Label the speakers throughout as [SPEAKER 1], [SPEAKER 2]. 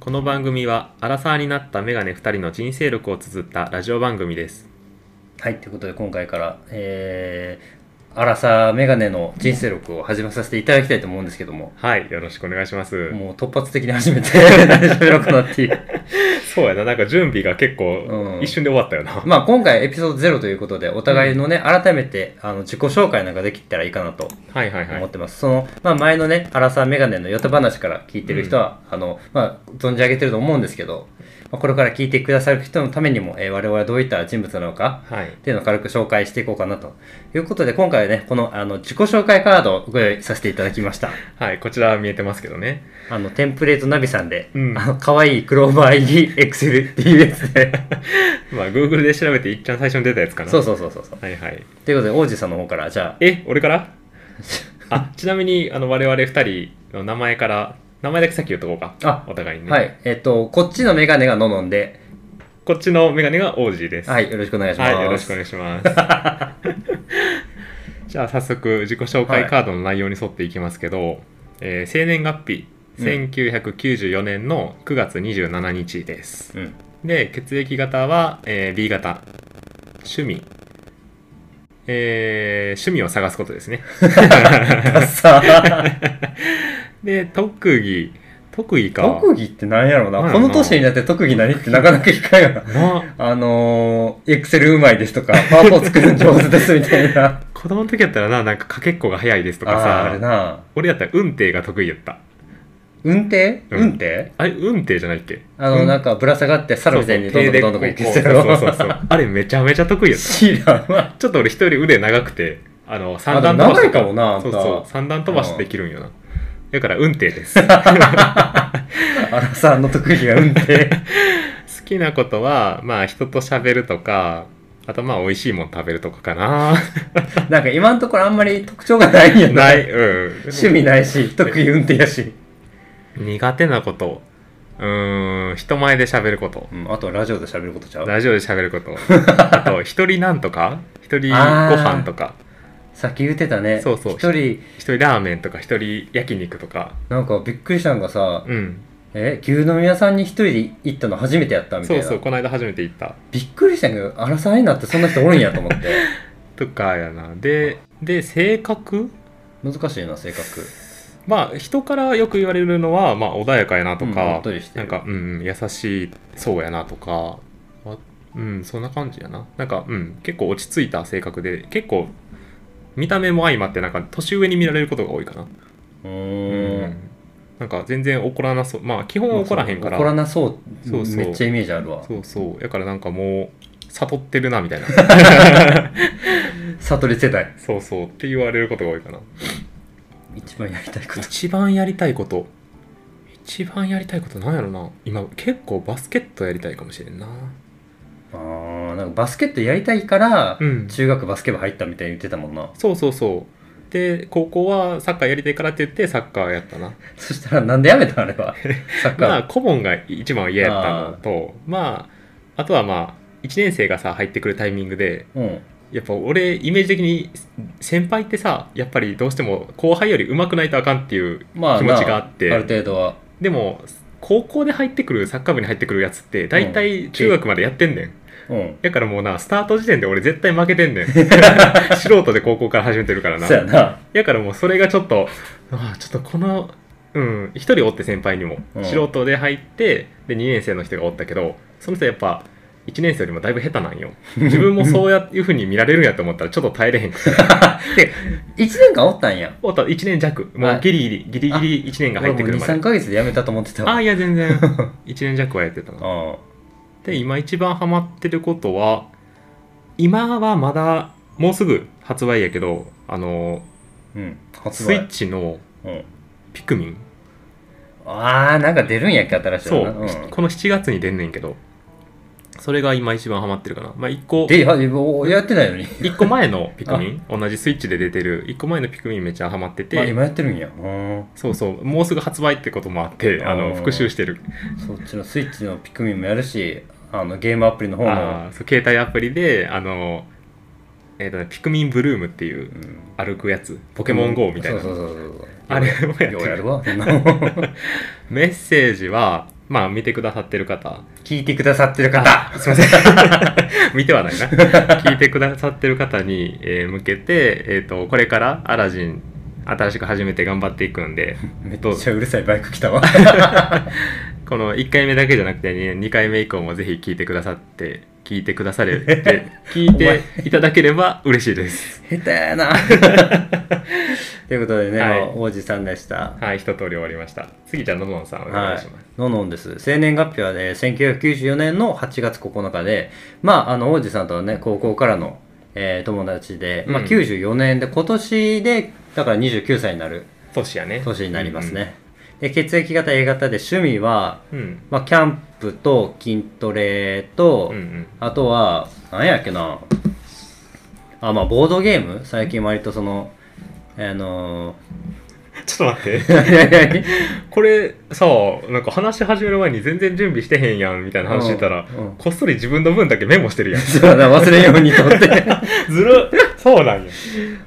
[SPEAKER 1] この番組はアラサーになったメガネ2人の人生力を綴ったラジオ番組です
[SPEAKER 2] はい、ということで今回から、えー、アラサーメガネの人生録を始めさせていただきたいと思うんですけども、
[SPEAKER 1] はいよろしくお願いします
[SPEAKER 2] もう突発的に始めて何喋ろうかなっていう。
[SPEAKER 1] そうやななんか準備が結構
[SPEAKER 2] うん
[SPEAKER 1] 一瞬で終わったよな、
[SPEAKER 2] まあ今回エピソード0ということで、お互いのね、改めてあの自己紹介なんかできたらいいかなと
[SPEAKER 1] はいはいは
[SPEAKER 2] 思っ
[SPEAKER 1] い
[SPEAKER 2] てます。その、まあ前のね、アラサーメガネのヨタ話から聞いてる人は、あの、まあ存じ上げてると思うんですけど、まあこれから聞いてくださる人のためにも、えー我々はどういった人物なのか、
[SPEAKER 1] はい
[SPEAKER 2] っていうのを軽く紹介していこうかなということで今回はねこのあの自己紹介カードをご用意させていただきました
[SPEAKER 1] はいこちら見えてますけどね
[SPEAKER 2] あのテンプレートナビさんで、
[SPEAKER 1] うん
[SPEAKER 2] あの可愛いクローバー入りエクセルっていうやつで
[SPEAKER 1] まあ Google で調べていっちゃん最初に出たやつかな
[SPEAKER 2] そう
[SPEAKER 1] う
[SPEAKER 2] そうそうそうそう
[SPEAKER 1] はいはい
[SPEAKER 2] ということで王子さんの方からじゃあ
[SPEAKER 1] え俺からあちなみにあの我々2人の名前から名前だけ先言っとこうか
[SPEAKER 2] あ
[SPEAKER 1] お互いにね、
[SPEAKER 2] はいえっ、とこっちのメガネがののんで
[SPEAKER 1] こっちのメガネが王子です
[SPEAKER 2] はいよろしくお願いします、
[SPEAKER 1] はい、よろしくお願いします。 じゃあ早速自己紹介カードの内容に沿っていきますけど、えー生年月日
[SPEAKER 2] うん
[SPEAKER 1] 1994年の9月27日です。
[SPEAKER 2] うん
[SPEAKER 1] で血液型は、えー B 型趣味、えー趣味を探すことですね。
[SPEAKER 2] あさあ
[SPEAKER 1] で特技特技か
[SPEAKER 2] 特技って何やろうな、
[SPEAKER 1] なんや
[SPEAKER 2] こ
[SPEAKER 1] ろな
[SPEAKER 2] の年になって特技何ってなかなか聞かんよ な
[SPEAKER 1] な
[SPEAKER 2] あのー、エクセルうまいですとか、パワーポ作るの上手ですみたいな。
[SPEAKER 1] 子供の時やったらななんかかけっこが早いですとか
[SPEAKER 2] あーあれ
[SPEAKER 1] さ
[SPEAKER 2] な
[SPEAKER 1] 俺やったら運転が得意やった
[SPEAKER 2] 運転、
[SPEAKER 1] うん
[SPEAKER 2] 運転
[SPEAKER 1] あれ運転じゃないっけ
[SPEAKER 2] あの、
[SPEAKER 1] うん
[SPEAKER 2] なんかぶら下がって猿みたいにどんどんどんどん行くやつや
[SPEAKER 1] そうそうそう
[SPEAKER 2] ろ
[SPEAKER 1] そう あれめちゃめちゃ得意やった
[SPEAKER 2] 知らんわ
[SPEAKER 1] ちょっと俺一人より腕長くてあの三
[SPEAKER 2] あ
[SPEAKER 1] 段
[SPEAKER 2] で
[SPEAKER 1] 飛
[SPEAKER 2] も
[SPEAKER 1] ばし
[SPEAKER 2] 長
[SPEAKER 1] と
[SPEAKER 2] いかもなあん
[SPEAKER 1] そ
[SPEAKER 2] た
[SPEAKER 1] うそう三段飛ばしできるんよなだから運転です 好
[SPEAKER 2] アラさんの特技が運転
[SPEAKER 1] きなことはまあ人と喋るとかあとまあ美味しいもん食べるとかか な
[SPEAKER 2] なんか今のところあんまり特徴がないんや
[SPEAKER 1] ない うん
[SPEAKER 2] 趣味ないし特技運転やし、
[SPEAKER 1] 苦手なことうーん人前で喋ること
[SPEAKER 2] うん、あとはラジオで喋ることちゃう
[SPEAKER 1] ラジオで喋る ことあと一人なんとか一人ご飯とか
[SPEAKER 2] さっき言ってたね
[SPEAKER 1] そうそう
[SPEAKER 2] 一人
[SPEAKER 1] 一人ラーメンとか一人焼肉とか
[SPEAKER 2] なんかびっくりしたんがさ、
[SPEAKER 1] うん
[SPEAKER 2] え牛丼屋さんに一人で行ったの初めてやったみたい
[SPEAKER 1] そう
[SPEAKER 2] な
[SPEAKER 1] そうこの間初めて行った
[SPEAKER 2] びっくりしたんやけどアラさんになってそんな人おるんやと思って
[SPEAKER 1] とかやなでで性格
[SPEAKER 2] 難しいな性格
[SPEAKER 1] まあ人からよく言われるのは、まあ、穏やかやなと
[SPEAKER 2] うんお
[SPEAKER 1] か
[SPEAKER 2] っ、とりして
[SPEAKER 1] なん
[SPEAKER 2] る
[SPEAKER 1] か、うん、優しいそうやなとかあうんそんな感じやななんか、うん、結構落ち着いた性格で結構見た目も相まってなんか年上に見られることが多いかな
[SPEAKER 2] う
[SPEAKER 1] う
[SPEAKER 2] ーん
[SPEAKER 1] なんか全然怒らなそうまあ基本怒らへんから、
[SPEAKER 2] 怒らなそう
[SPEAKER 1] そうそう
[SPEAKER 2] めっちゃイメージあるわ
[SPEAKER 1] そうそうだからなんかもう悟ってるな みたいな
[SPEAKER 2] 悟り世代
[SPEAKER 1] そうそうって言われることが多いかな
[SPEAKER 2] 一番やりたいこと
[SPEAKER 1] 一番やりたいこと一番やりたいことなんやろな今結構バスケットやりたいかもしれんな
[SPEAKER 2] あーなんかバスケットやりたいから、
[SPEAKER 1] うん
[SPEAKER 2] 中学バスケ部入ったみたいに言ってたもんな
[SPEAKER 1] そうそうそうで高校はサッカーやりたいからって言ってサッカーやったな
[SPEAKER 2] そしたらなんでやめたんあれ はサッカー、
[SPEAKER 1] まあ顧問が一番嫌やったのとまああとはまあ1年生がさ入ってくるタイミングで
[SPEAKER 2] うん
[SPEAKER 1] やっぱ俺イメージ的に先輩ってさやっぱりどうしても後輩より上手くないとあかんっていう
[SPEAKER 2] まあ
[SPEAKER 1] 気持ちがあって
[SPEAKER 2] なある程度は
[SPEAKER 1] でも高校で入ってくるサッカー部に入ってくるやつって大体中学までやってんねん
[SPEAKER 2] うん
[SPEAKER 1] だからもうな、スタート時点で俺絶対負けてんねん。 素人で高校から始めてるからな。
[SPEAKER 2] そうやな
[SPEAKER 1] だからもうそれがちょっと、ああちょっとこの、うん、一人おって先輩にも、
[SPEAKER 2] うん
[SPEAKER 1] 素人で入って、で、2年生の人がおったけど、その人やっぱ、1年生よりもだいぶ下手なんよ。自分もそうやいうふうに見られるんやと思ったらちょっと耐えれへんくて。で、
[SPEAKER 2] 1年間おったんや
[SPEAKER 1] おった1年弱。もうギリギリ、ギリギリ1年が入ってくるま
[SPEAKER 2] 23
[SPEAKER 1] で。
[SPEAKER 2] か月でやめたと思ってた
[SPEAKER 1] あ
[SPEAKER 2] わ
[SPEAKER 1] あ、いや全然。1年 弱はやってたな。
[SPEAKER 2] あ
[SPEAKER 1] で今一番ハマってることは今はまだもうすぐ発売やけどあの
[SPEAKER 2] うん発
[SPEAKER 1] スイ
[SPEAKER 2] 売
[SPEAKER 1] ッチの
[SPEAKER 2] うん、
[SPEAKER 1] ピクミン
[SPEAKER 2] あーなんか出るんやっけ新しい
[SPEAKER 1] そ
[SPEAKER 2] の
[SPEAKER 1] う、
[SPEAKER 2] なうん
[SPEAKER 1] この7月に出んねんけどそれが今一番ハマってるかな、まあ、1個
[SPEAKER 2] でやややってないのに、
[SPEAKER 1] 一個前のピクミン同じスイッチで出てる1個前のピクミンめっちゃハマって
[SPEAKER 2] あ
[SPEAKER 1] て
[SPEAKER 2] 今やってるんやうん
[SPEAKER 1] そうそうもうすぐ発売ってこともあってあ
[SPEAKER 2] あ
[SPEAKER 1] の
[SPEAKER 2] ー
[SPEAKER 1] 復習してる
[SPEAKER 2] そっちのスイッチのピクミンもやるし、あのゲームアプリの方も、
[SPEAKER 1] あーそう携帯アプリであの、えーとね、ピクミンブルームっていう
[SPEAKER 2] うん
[SPEAKER 1] 歩くやつポケモン GO みたいな、
[SPEAKER 2] そうそうそうそうそう。
[SPEAKER 1] あれもやってる
[SPEAKER 2] ようやるわ、そんなもん
[SPEAKER 1] メッセージはまあ見てくださってる 方
[SPEAKER 2] 聞いてくださってる方
[SPEAKER 1] すいません見てはないな聞いてくださってる方に、えー向けて、えー、とこれからアラジン新しく始めて頑張っていくんで
[SPEAKER 2] めっ
[SPEAKER 1] どう
[SPEAKER 2] ちゃうるさいバイク来たわ
[SPEAKER 1] この1回目だけじゃなくて、ね、2回目以降もぜひ聞いてくださって聞いてくだされて聞いていただければ嬉しいです
[SPEAKER 2] 下手 やなということでね、
[SPEAKER 1] はい
[SPEAKER 2] まあ王子さんでした
[SPEAKER 1] はい一通り終わりました次じゃあののんさんお願いします、
[SPEAKER 2] ノノンです。生年月日はね、1994年の8月9日で、まあ、あの、王子さんとはね、高校からの、えー友達で、まあ、
[SPEAKER 1] うん
[SPEAKER 2] 94年で、今年で、だから29歳になる
[SPEAKER 1] 年やね
[SPEAKER 2] 年になりますね。で、血液型 A 型で、趣味は、
[SPEAKER 1] うんうん
[SPEAKER 2] まあ、キャンプと筋トレと、
[SPEAKER 1] うんうん
[SPEAKER 2] あとは、何やっけな、あ、まあ、ボードゲーム最近割とその、あの
[SPEAKER 1] ちょっと待って
[SPEAKER 2] ー
[SPEAKER 1] これさなんか話し始める前に全然準備してへんやんみたいな話してたら、
[SPEAKER 2] うんうん
[SPEAKER 1] こっそり自分の分だけメモしてるやん
[SPEAKER 2] そうだ忘れんようにとって。
[SPEAKER 1] ずるっ そうなんや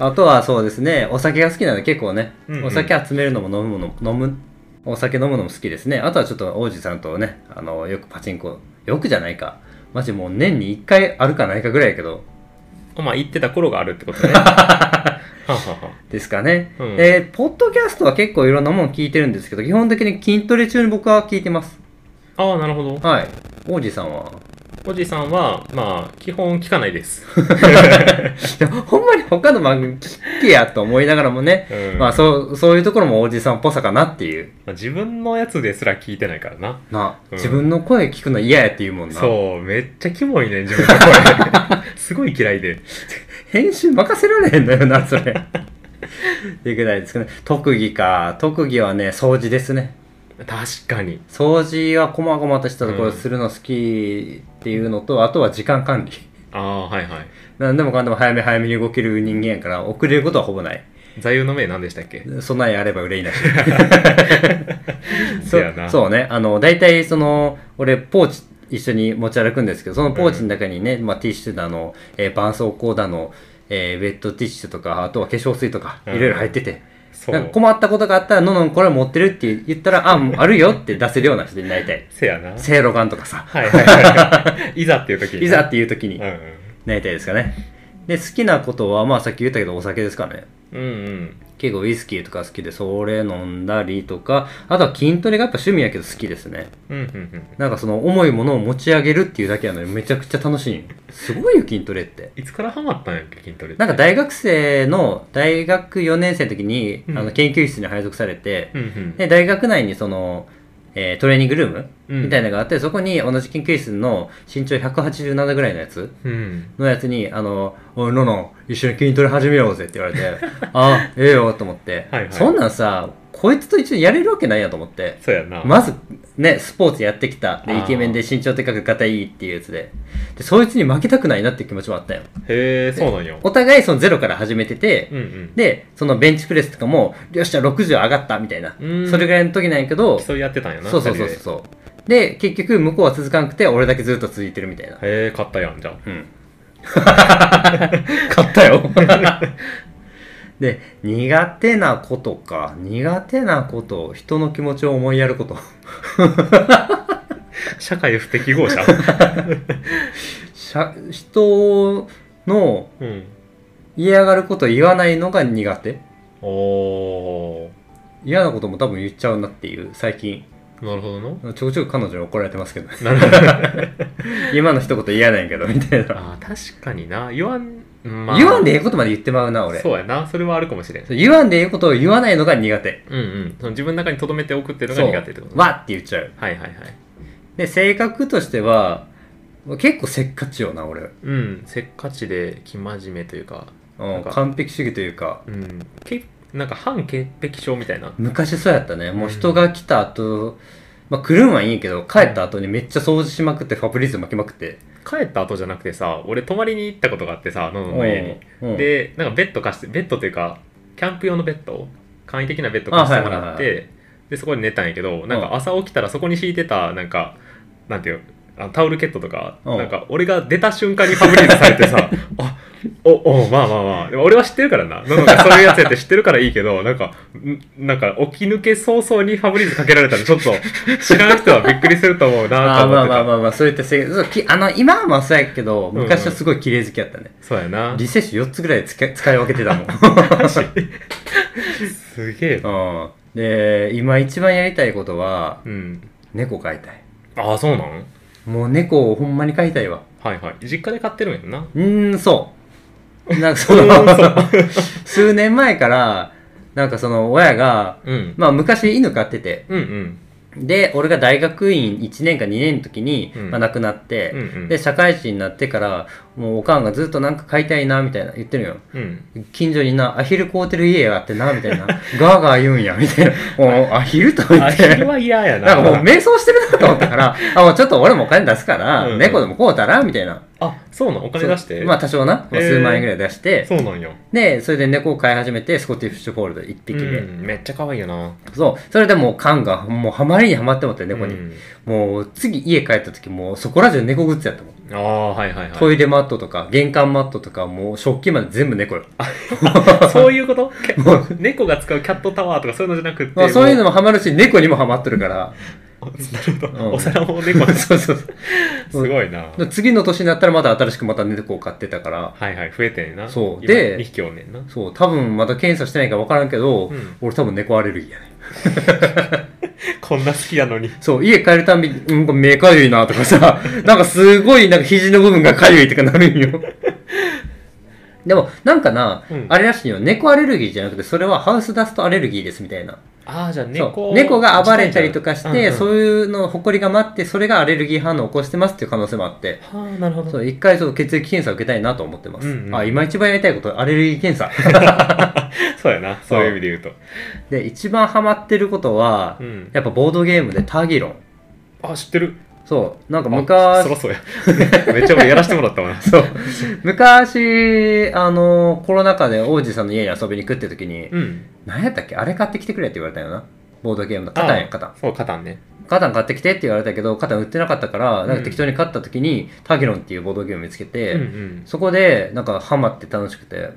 [SPEAKER 2] あとはそうですね、お酒が好きなので結構ね、
[SPEAKER 1] うんうん
[SPEAKER 2] お酒集めるのも飲むもの、飲む、お酒飲むのも好きですね。あとはちょっと王子さんとね、あの、よくパチンコ、よくじゃないか。マジもう年に1回あるかないかぐらいやけど、
[SPEAKER 1] まあ言ってた頃があるってことね はんはんはん
[SPEAKER 2] ですかね。
[SPEAKER 1] うん
[SPEAKER 2] えーポッドキャストは結構いろんなもの聞いてるんですけど、基本的に筋トレ中に僕は聞いてます。
[SPEAKER 1] ああなるほど
[SPEAKER 2] はい。王子さん は。
[SPEAKER 1] おじさんはまあ基本聞かないです、
[SPEAKER 2] いやほんまに他の番組聞けやと思いながらもね、
[SPEAKER 1] うん
[SPEAKER 2] まあそう、そういうところも王子さんっぽさかなっていう。
[SPEAKER 1] まあ自分のやつですら聞いてないからな
[SPEAKER 2] な、
[SPEAKER 1] うん
[SPEAKER 2] 自分の声聞くの嫌やって言うもんな。
[SPEAKER 1] そうめっちゃキモいね自分の声 すごい嫌いで
[SPEAKER 2] 編集任せられへんのよな、そ れ。っていうぐらいですかね。特技か。特技はね、掃除ですね。
[SPEAKER 1] 確かに
[SPEAKER 2] 掃除はこまごまとしたところするの好きっていうのと、あとは時間管理。
[SPEAKER 1] ああはいはい
[SPEAKER 2] 何でもかんでも早め早めに動ける人間やから、遅れることはほぼない。
[SPEAKER 1] 座右の銘何でしたっけ
[SPEAKER 2] 備えあれば憂い なし。
[SPEAKER 1] そうやな
[SPEAKER 2] そうね。あの、大体その、俺、ポーチ一緒に持ち歩くんですけど、そのポーチの中にね、まあ、ティッシュだの、えー絆創膏だの、えーウェットティッシュとか、あとは化粧水とか、
[SPEAKER 1] うん
[SPEAKER 2] いろいろ入ってて。
[SPEAKER 1] そ
[SPEAKER 2] なんか
[SPEAKER 1] う。
[SPEAKER 2] 困ったことがあったら、ののんこれ持ってるって言ったら、あ、もうあるよって出せるような人になりたい
[SPEAKER 1] せやな
[SPEAKER 2] せいろがんとかさ、
[SPEAKER 1] はいはいはい。いざっていう時に。
[SPEAKER 2] いざっていう時
[SPEAKER 1] う
[SPEAKER 2] に
[SPEAKER 1] ん
[SPEAKER 2] なりたいですかね。で、好きなことは、まあさっき言ったけどお酒ですかね。
[SPEAKER 1] うん。うんうん。
[SPEAKER 2] 結構ウイスキーとか好きで、それ飲んだりとか、あとは筋トレがやっぱ趣味やけど好きですね。
[SPEAKER 1] うんうんうん。
[SPEAKER 2] なんかその重いものを持ち上げるっていうだけなのにめちゃくちゃ楽しいんよ。すごいよ、筋トレって。
[SPEAKER 1] いつからハマったんやっけ、筋トレって。
[SPEAKER 2] なんか大学生の、大学4年生の時に、
[SPEAKER 1] うん
[SPEAKER 2] あの研究室に配属されて、
[SPEAKER 1] うんうん。
[SPEAKER 2] で大学内にその、えートレーニングルーム
[SPEAKER 1] うん
[SPEAKER 2] みたいなのがあって、そこに同じ研究室の身長187ぐらいのやつ
[SPEAKER 1] うん。
[SPEAKER 2] のやつに「あのおいロノン一緒に筋トレ始めようぜ」って言われて 「あええよ」と思って
[SPEAKER 1] はいはい
[SPEAKER 2] そんなんさこいつと一緒にやれるわけないやと思って
[SPEAKER 1] そうやな。
[SPEAKER 2] まずねスポーツやってきたで
[SPEAKER 1] あ
[SPEAKER 2] イ
[SPEAKER 1] ー
[SPEAKER 2] ケメンで身長でかくガタいいっていうやつででそいつに負けたくないなっていう気持ちもあったよ
[SPEAKER 1] へえ、そうなんよ。
[SPEAKER 2] お互いそのゼロから始めてて、
[SPEAKER 1] うんうん。
[SPEAKER 2] で、そのベンチプレスとかも、よっしゃ、60上がったみたいな
[SPEAKER 1] うん、
[SPEAKER 2] それぐらいの時なんやけど、
[SPEAKER 1] 競い合ってたんやな。
[SPEAKER 2] そうそうそう
[SPEAKER 1] 二人で
[SPEAKER 2] そう。で、結局、向こうは続かなくて、俺だけずっと続いてるみたいな。
[SPEAKER 1] へえ、勝ったやん、じゃあ。
[SPEAKER 2] うん。勝ったよ。で、苦手なことか。苦手なこと。人の気持ちを思いやること。
[SPEAKER 1] 社会不適 合者
[SPEAKER 2] しゃ人の
[SPEAKER 1] うん。
[SPEAKER 2] 嫌がることを言わないのが苦手。
[SPEAKER 1] おー。
[SPEAKER 2] 嫌なことも多分言っちゃうなっていう、最近。
[SPEAKER 1] なるほど な。
[SPEAKER 2] ちょくちょく彼女に怒られてますけど、
[SPEAKER 1] なるほど。
[SPEAKER 2] 今の一言嫌なんやけど、みたいな。
[SPEAKER 1] あー確かにな。言わん、ま
[SPEAKER 2] 言わんでえ
[SPEAKER 1] え
[SPEAKER 2] えことまで言ってまうな、俺。
[SPEAKER 1] そうやな。それはあるかもしれん。
[SPEAKER 2] 言わんでええことを言わないのが苦手。
[SPEAKER 1] うんうん。その自分の中に留めておくっていうのが苦手ってことね
[SPEAKER 2] わって言っちゃう。
[SPEAKER 1] はいはいはい。
[SPEAKER 2] で、性格としては、結構せっかちよな、俺。
[SPEAKER 1] うん。せっかちで、生真面目というか、
[SPEAKER 2] う
[SPEAKER 1] なん
[SPEAKER 2] ん、
[SPEAKER 1] か
[SPEAKER 2] 完璧主義というか、
[SPEAKER 1] うん、けなんか反潔癖症みたいな。
[SPEAKER 2] 昔そうやったね。もう人が来た後、まあ来るんはいいんやけど、帰った後にめっちゃ掃除しまくって、ファブリーズ巻きまくって。
[SPEAKER 1] 帰った後じゃなくてさ、俺泊まりに行ったことがあってさ、ののの家に。
[SPEAKER 2] うん、
[SPEAKER 1] で、なんかベッド貸して、ベッドというか、キャンプ用のベッド簡易的なベッド貸しても
[SPEAKER 2] あはい
[SPEAKER 1] ら
[SPEAKER 2] は
[SPEAKER 1] っ
[SPEAKER 2] いはい
[SPEAKER 1] て、で、そこで寝たんやけど、なん
[SPEAKER 2] うん
[SPEAKER 1] か朝起きたらそこに敷いてた、なんか、なんていう、あタオルケットとか、
[SPEAKER 2] うん
[SPEAKER 1] なんか俺が出た瞬間にファブリーズされて さあおおまあまあまあでも俺は知ってるからななんかそういうやつやって知ってるからいいけどなんかんなんか起き抜け早々にファブリーズかけられたらちょっと知らん人はびっくりすると思うな
[SPEAKER 2] あ
[SPEAKER 1] と思
[SPEAKER 2] ーま
[SPEAKER 1] っ
[SPEAKER 2] あ
[SPEAKER 1] てた
[SPEAKER 2] まあまあまあそういった制限そうきあの今はまあそうやけど
[SPEAKER 1] んうん
[SPEAKER 2] 昔はすごい綺麗好きやったね、
[SPEAKER 1] そうやな
[SPEAKER 2] リセッシュ4つぐらい 使い使い分けてたもん
[SPEAKER 1] すげえ
[SPEAKER 2] うん、で今一番やりたいことは
[SPEAKER 1] うん
[SPEAKER 2] 猫飼いたい
[SPEAKER 1] ああそうなん
[SPEAKER 2] もう猫をほんまに飼いたいわ
[SPEAKER 1] はいはい実家で買ってるんやんな
[SPEAKER 2] うーんそうなんかその数年前からなんかその親が
[SPEAKER 1] うん、
[SPEAKER 2] まあ昔犬飼ってて
[SPEAKER 1] うんうん
[SPEAKER 2] で俺が大学院1年か2年の時に、
[SPEAKER 1] うん
[SPEAKER 2] まあ、亡くなって、
[SPEAKER 1] うんうん
[SPEAKER 2] で社会人になってからもうおかんがずっとなんか飼いたいなみたいな言ってるよ
[SPEAKER 1] うん
[SPEAKER 2] 近所になアヒル飼うてる家があってなみたい なガーガー言うんやみたいなもうアヒルと言
[SPEAKER 1] あ
[SPEAKER 2] っ
[SPEAKER 1] ヒ
[SPEAKER 2] て
[SPEAKER 1] ルは嫌やな
[SPEAKER 2] なんかもう瞑想してるなと思ったから、あ、もうちょっと俺もお金出すから、
[SPEAKER 1] うんうん
[SPEAKER 2] 猫でもこうたらみたいな。
[SPEAKER 1] あそうなんお金出して
[SPEAKER 2] そうまあ多少な、まあ
[SPEAKER 1] へー
[SPEAKER 2] 数万円ぐらい出して、
[SPEAKER 1] そうなんよ
[SPEAKER 2] で、それで猫を飼い始めて、スコティッシュフォールド1匹で。
[SPEAKER 1] うんめっちゃ可愛いよな
[SPEAKER 2] そう、それでもう缶がもうハマりにハマってもって猫に。
[SPEAKER 1] うん
[SPEAKER 2] もう次家帰った時もうそこら中猫グッズやったもん。
[SPEAKER 1] ああはいはい
[SPEAKER 2] ト
[SPEAKER 1] は
[SPEAKER 2] イレマットとか玄関マットとかもう食器まで全部猫よ。
[SPEAKER 1] いそういうことけ猫が使うキャットタワーとかそういうのじゃなくて、
[SPEAKER 2] まあそういうのもハマるし、猫にもハマっとるから。
[SPEAKER 1] もうなるほど、
[SPEAKER 2] うん
[SPEAKER 1] お皿も猫す
[SPEAKER 2] そうそうそう
[SPEAKER 1] ごいな、
[SPEAKER 2] で。次の年になったらまた新しくまた猫を飼ってたから。
[SPEAKER 1] はいはい増えてんな
[SPEAKER 2] そう
[SPEAKER 1] 今
[SPEAKER 2] で
[SPEAKER 1] 2匹おんねんな
[SPEAKER 2] そう、多分まだ検査してないから分からんけど、
[SPEAKER 1] うん
[SPEAKER 2] 俺多分猫アレルギーやね。
[SPEAKER 1] こんな好きやのに
[SPEAKER 2] そう、家帰るたんびに、うん、これ目かゆいなとか さ、なんかすごいなんか肘の部分がかゆいとかなるんよ。でも、なんかな、
[SPEAKER 1] うん
[SPEAKER 2] あれらしいよ、猫アレルギーじゃなくて、それはハウスダストアレルギーですみたいな。
[SPEAKER 1] ああじゃあ
[SPEAKER 2] そ
[SPEAKER 1] 猫
[SPEAKER 2] う猫が暴れたりとかして、
[SPEAKER 1] う
[SPEAKER 2] そ
[SPEAKER 1] いう
[SPEAKER 2] いうの、ほこりが待って、それがアレルギー反応を起こしてますっていう可能性もあって。
[SPEAKER 1] はあなるほど
[SPEAKER 2] そう一回ちょっと血液検査を受けたいなと思ってます。
[SPEAKER 1] うんうん
[SPEAKER 2] あ今一番やりたいことはアレルギー検査。
[SPEAKER 1] そうやなそういう意味で言うと
[SPEAKER 2] で一番ハマってることは、
[SPEAKER 1] うん
[SPEAKER 2] やっぱボードゲームでターギロン。
[SPEAKER 1] あ知ってる
[SPEAKER 2] そう、なんか
[SPEAKER 1] あそろ、そ
[SPEAKER 2] 昔
[SPEAKER 1] うや めっちゃ俺やらせてもらったわな
[SPEAKER 2] そう、昔、あの、コロナ禍で王子さんの家に遊びに行くって時に、
[SPEAKER 1] うん
[SPEAKER 2] 何やったっけあれ買ってきてくれって言われたよな。ボードゲームのカタンや、
[SPEAKER 1] あ
[SPEAKER 2] カタン。
[SPEAKER 1] そうカタンね
[SPEAKER 2] カタン買ってきてって言われたけど、カタン売ってなかったか
[SPEAKER 1] う
[SPEAKER 2] ら、なんか
[SPEAKER 1] ん
[SPEAKER 2] 適当に買った時に、タギロンっていうボードゲーム見つけて、
[SPEAKER 1] うんうん
[SPEAKER 2] そこで、なんかハマって楽しくて。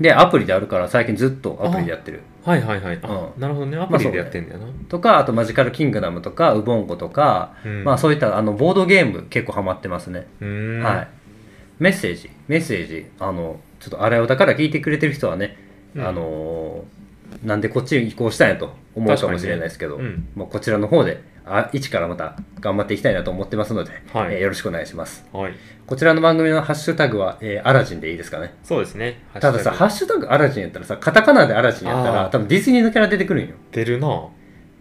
[SPEAKER 2] で、アプリであるから、最近ずっとアプリでやってる。
[SPEAKER 1] はいはいはいあ
[SPEAKER 2] う
[SPEAKER 1] なるほどねア
[SPEAKER 2] ま
[SPEAKER 1] プ
[SPEAKER 2] あ
[SPEAKER 1] リ
[SPEAKER 2] そう
[SPEAKER 1] で
[SPEAKER 2] ね
[SPEAKER 1] やってんだよな
[SPEAKER 2] とか、あとマジカルキングダムとか、ウボンゴとか、
[SPEAKER 1] うん
[SPEAKER 2] まあそういった、あの、ボードゲーム結構ハマってますね。
[SPEAKER 1] うーん
[SPEAKER 2] はい、メッセージメッセージあのちょっとあれをだから聞いてくれてる人はね、
[SPEAKER 1] うん
[SPEAKER 2] あのーなんでこっちに移行したんやと思うかもしれないですけど、
[SPEAKER 1] 確かにね
[SPEAKER 2] もうこちらの方であ一からまた頑張っていきたいなと思ってますので、
[SPEAKER 1] はい
[SPEAKER 2] えーよろしくお願いします
[SPEAKER 1] はい
[SPEAKER 2] こちらの番組のハッシュタグは、えーアラジンでいいですかね
[SPEAKER 1] そうですね
[SPEAKER 2] たださ
[SPEAKER 1] ハ
[SPEAKER 2] ハ
[SPEAKER 1] ッシュ
[SPEAKER 2] ッシュタグアラジンやったらさカタカナでアラジンやった
[SPEAKER 1] あ
[SPEAKER 2] ら
[SPEAKER 1] ー
[SPEAKER 2] 多分ディズニーのキャラ出てくるんよ
[SPEAKER 1] タグ出るな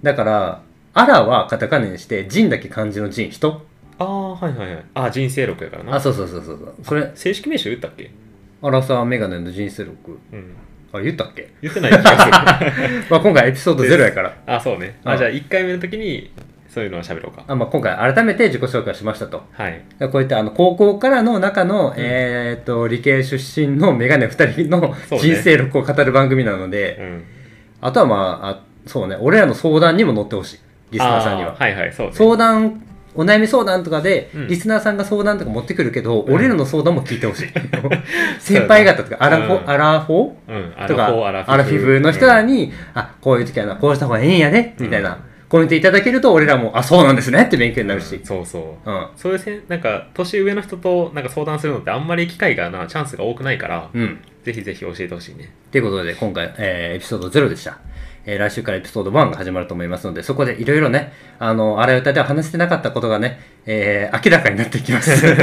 [SPEAKER 2] だからアラはカタカナにしてジンだけ漢字のジン人
[SPEAKER 1] ああはいはいはいあ人生録やからな
[SPEAKER 2] あそうそうそうそうそうそれ
[SPEAKER 1] 正式名称言ったっけ
[SPEAKER 2] アラサーメガネの人生録
[SPEAKER 1] うん
[SPEAKER 2] あれ言ったっけ
[SPEAKER 1] 言ってない気が する
[SPEAKER 2] まあ、今回エピソードゼロ やから。
[SPEAKER 1] あそうね
[SPEAKER 2] う
[SPEAKER 1] あ
[SPEAKER 2] ん
[SPEAKER 1] じゃあ1回目の時にそういうのは喋ろうか
[SPEAKER 2] あまあ、今回改めて自己紹介しましたと。
[SPEAKER 1] はい
[SPEAKER 2] こういったあの高校からの中の、えーっと理系出身のメガネ2人の
[SPEAKER 1] そうね
[SPEAKER 2] 人生録を語る番組なので、
[SPEAKER 1] うん
[SPEAKER 2] あとはまああ、そうね、俺らの相談にも乗ってほしい。リスナーさんに
[SPEAKER 1] あ
[SPEAKER 2] は。
[SPEAKER 1] はいはいそうね
[SPEAKER 2] 相談、お悩み相談とかで、
[SPEAKER 1] うん
[SPEAKER 2] リスナーさんが相談とか持ってくるけど、
[SPEAKER 1] うん
[SPEAKER 2] 俺らの相談も聞いてほしい。 先輩方とか、アラフォ、
[SPEAKER 1] うん
[SPEAKER 2] アラフォ
[SPEAKER 1] うんアラ
[SPEAKER 2] と
[SPEAKER 1] フ
[SPEAKER 2] か
[SPEAKER 1] ォー
[SPEAKER 2] ア
[SPEAKER 1] ア
[SPEAKER 2] ラ
[SPEAKER 1] ラ
[SPEAKER 2] フ
[SPEAKER 1] フ
[SPEAKER 2] ィフの人
[SPEAKER 1] うん
[SPEAKER 2] らに、あこういう時はなこうした方がええんやねみたいな、
[SPEAKER 1] う
[SPEAKER 2] コメントいただけると俺らもあそうなんですねって勉強になるし、うん
[SPEAKER 1] そうそうそういうせんなんか年上の人となんか相談するのってあんまり機会がなチャンスが多くないから、
[SPEAKER 2] うん
[SPEAKER 1] ぜひぜひ教えてほしいね
[SPEAKER 2] ということで今回、えーエピソード0でした、えー来週からエピソード1が始まると思いますのでそこでいろいろねあのあらゆたでは話してなかったことがね、えー明らかになっていきます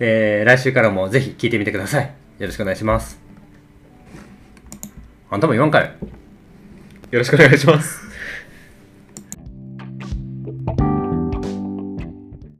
[SPEAKER 2] えー来週からもぜひ聞いてみてくださいよろしくお願いしますあんたも言わんかい
[SPEAKER 1] よろしくお願いします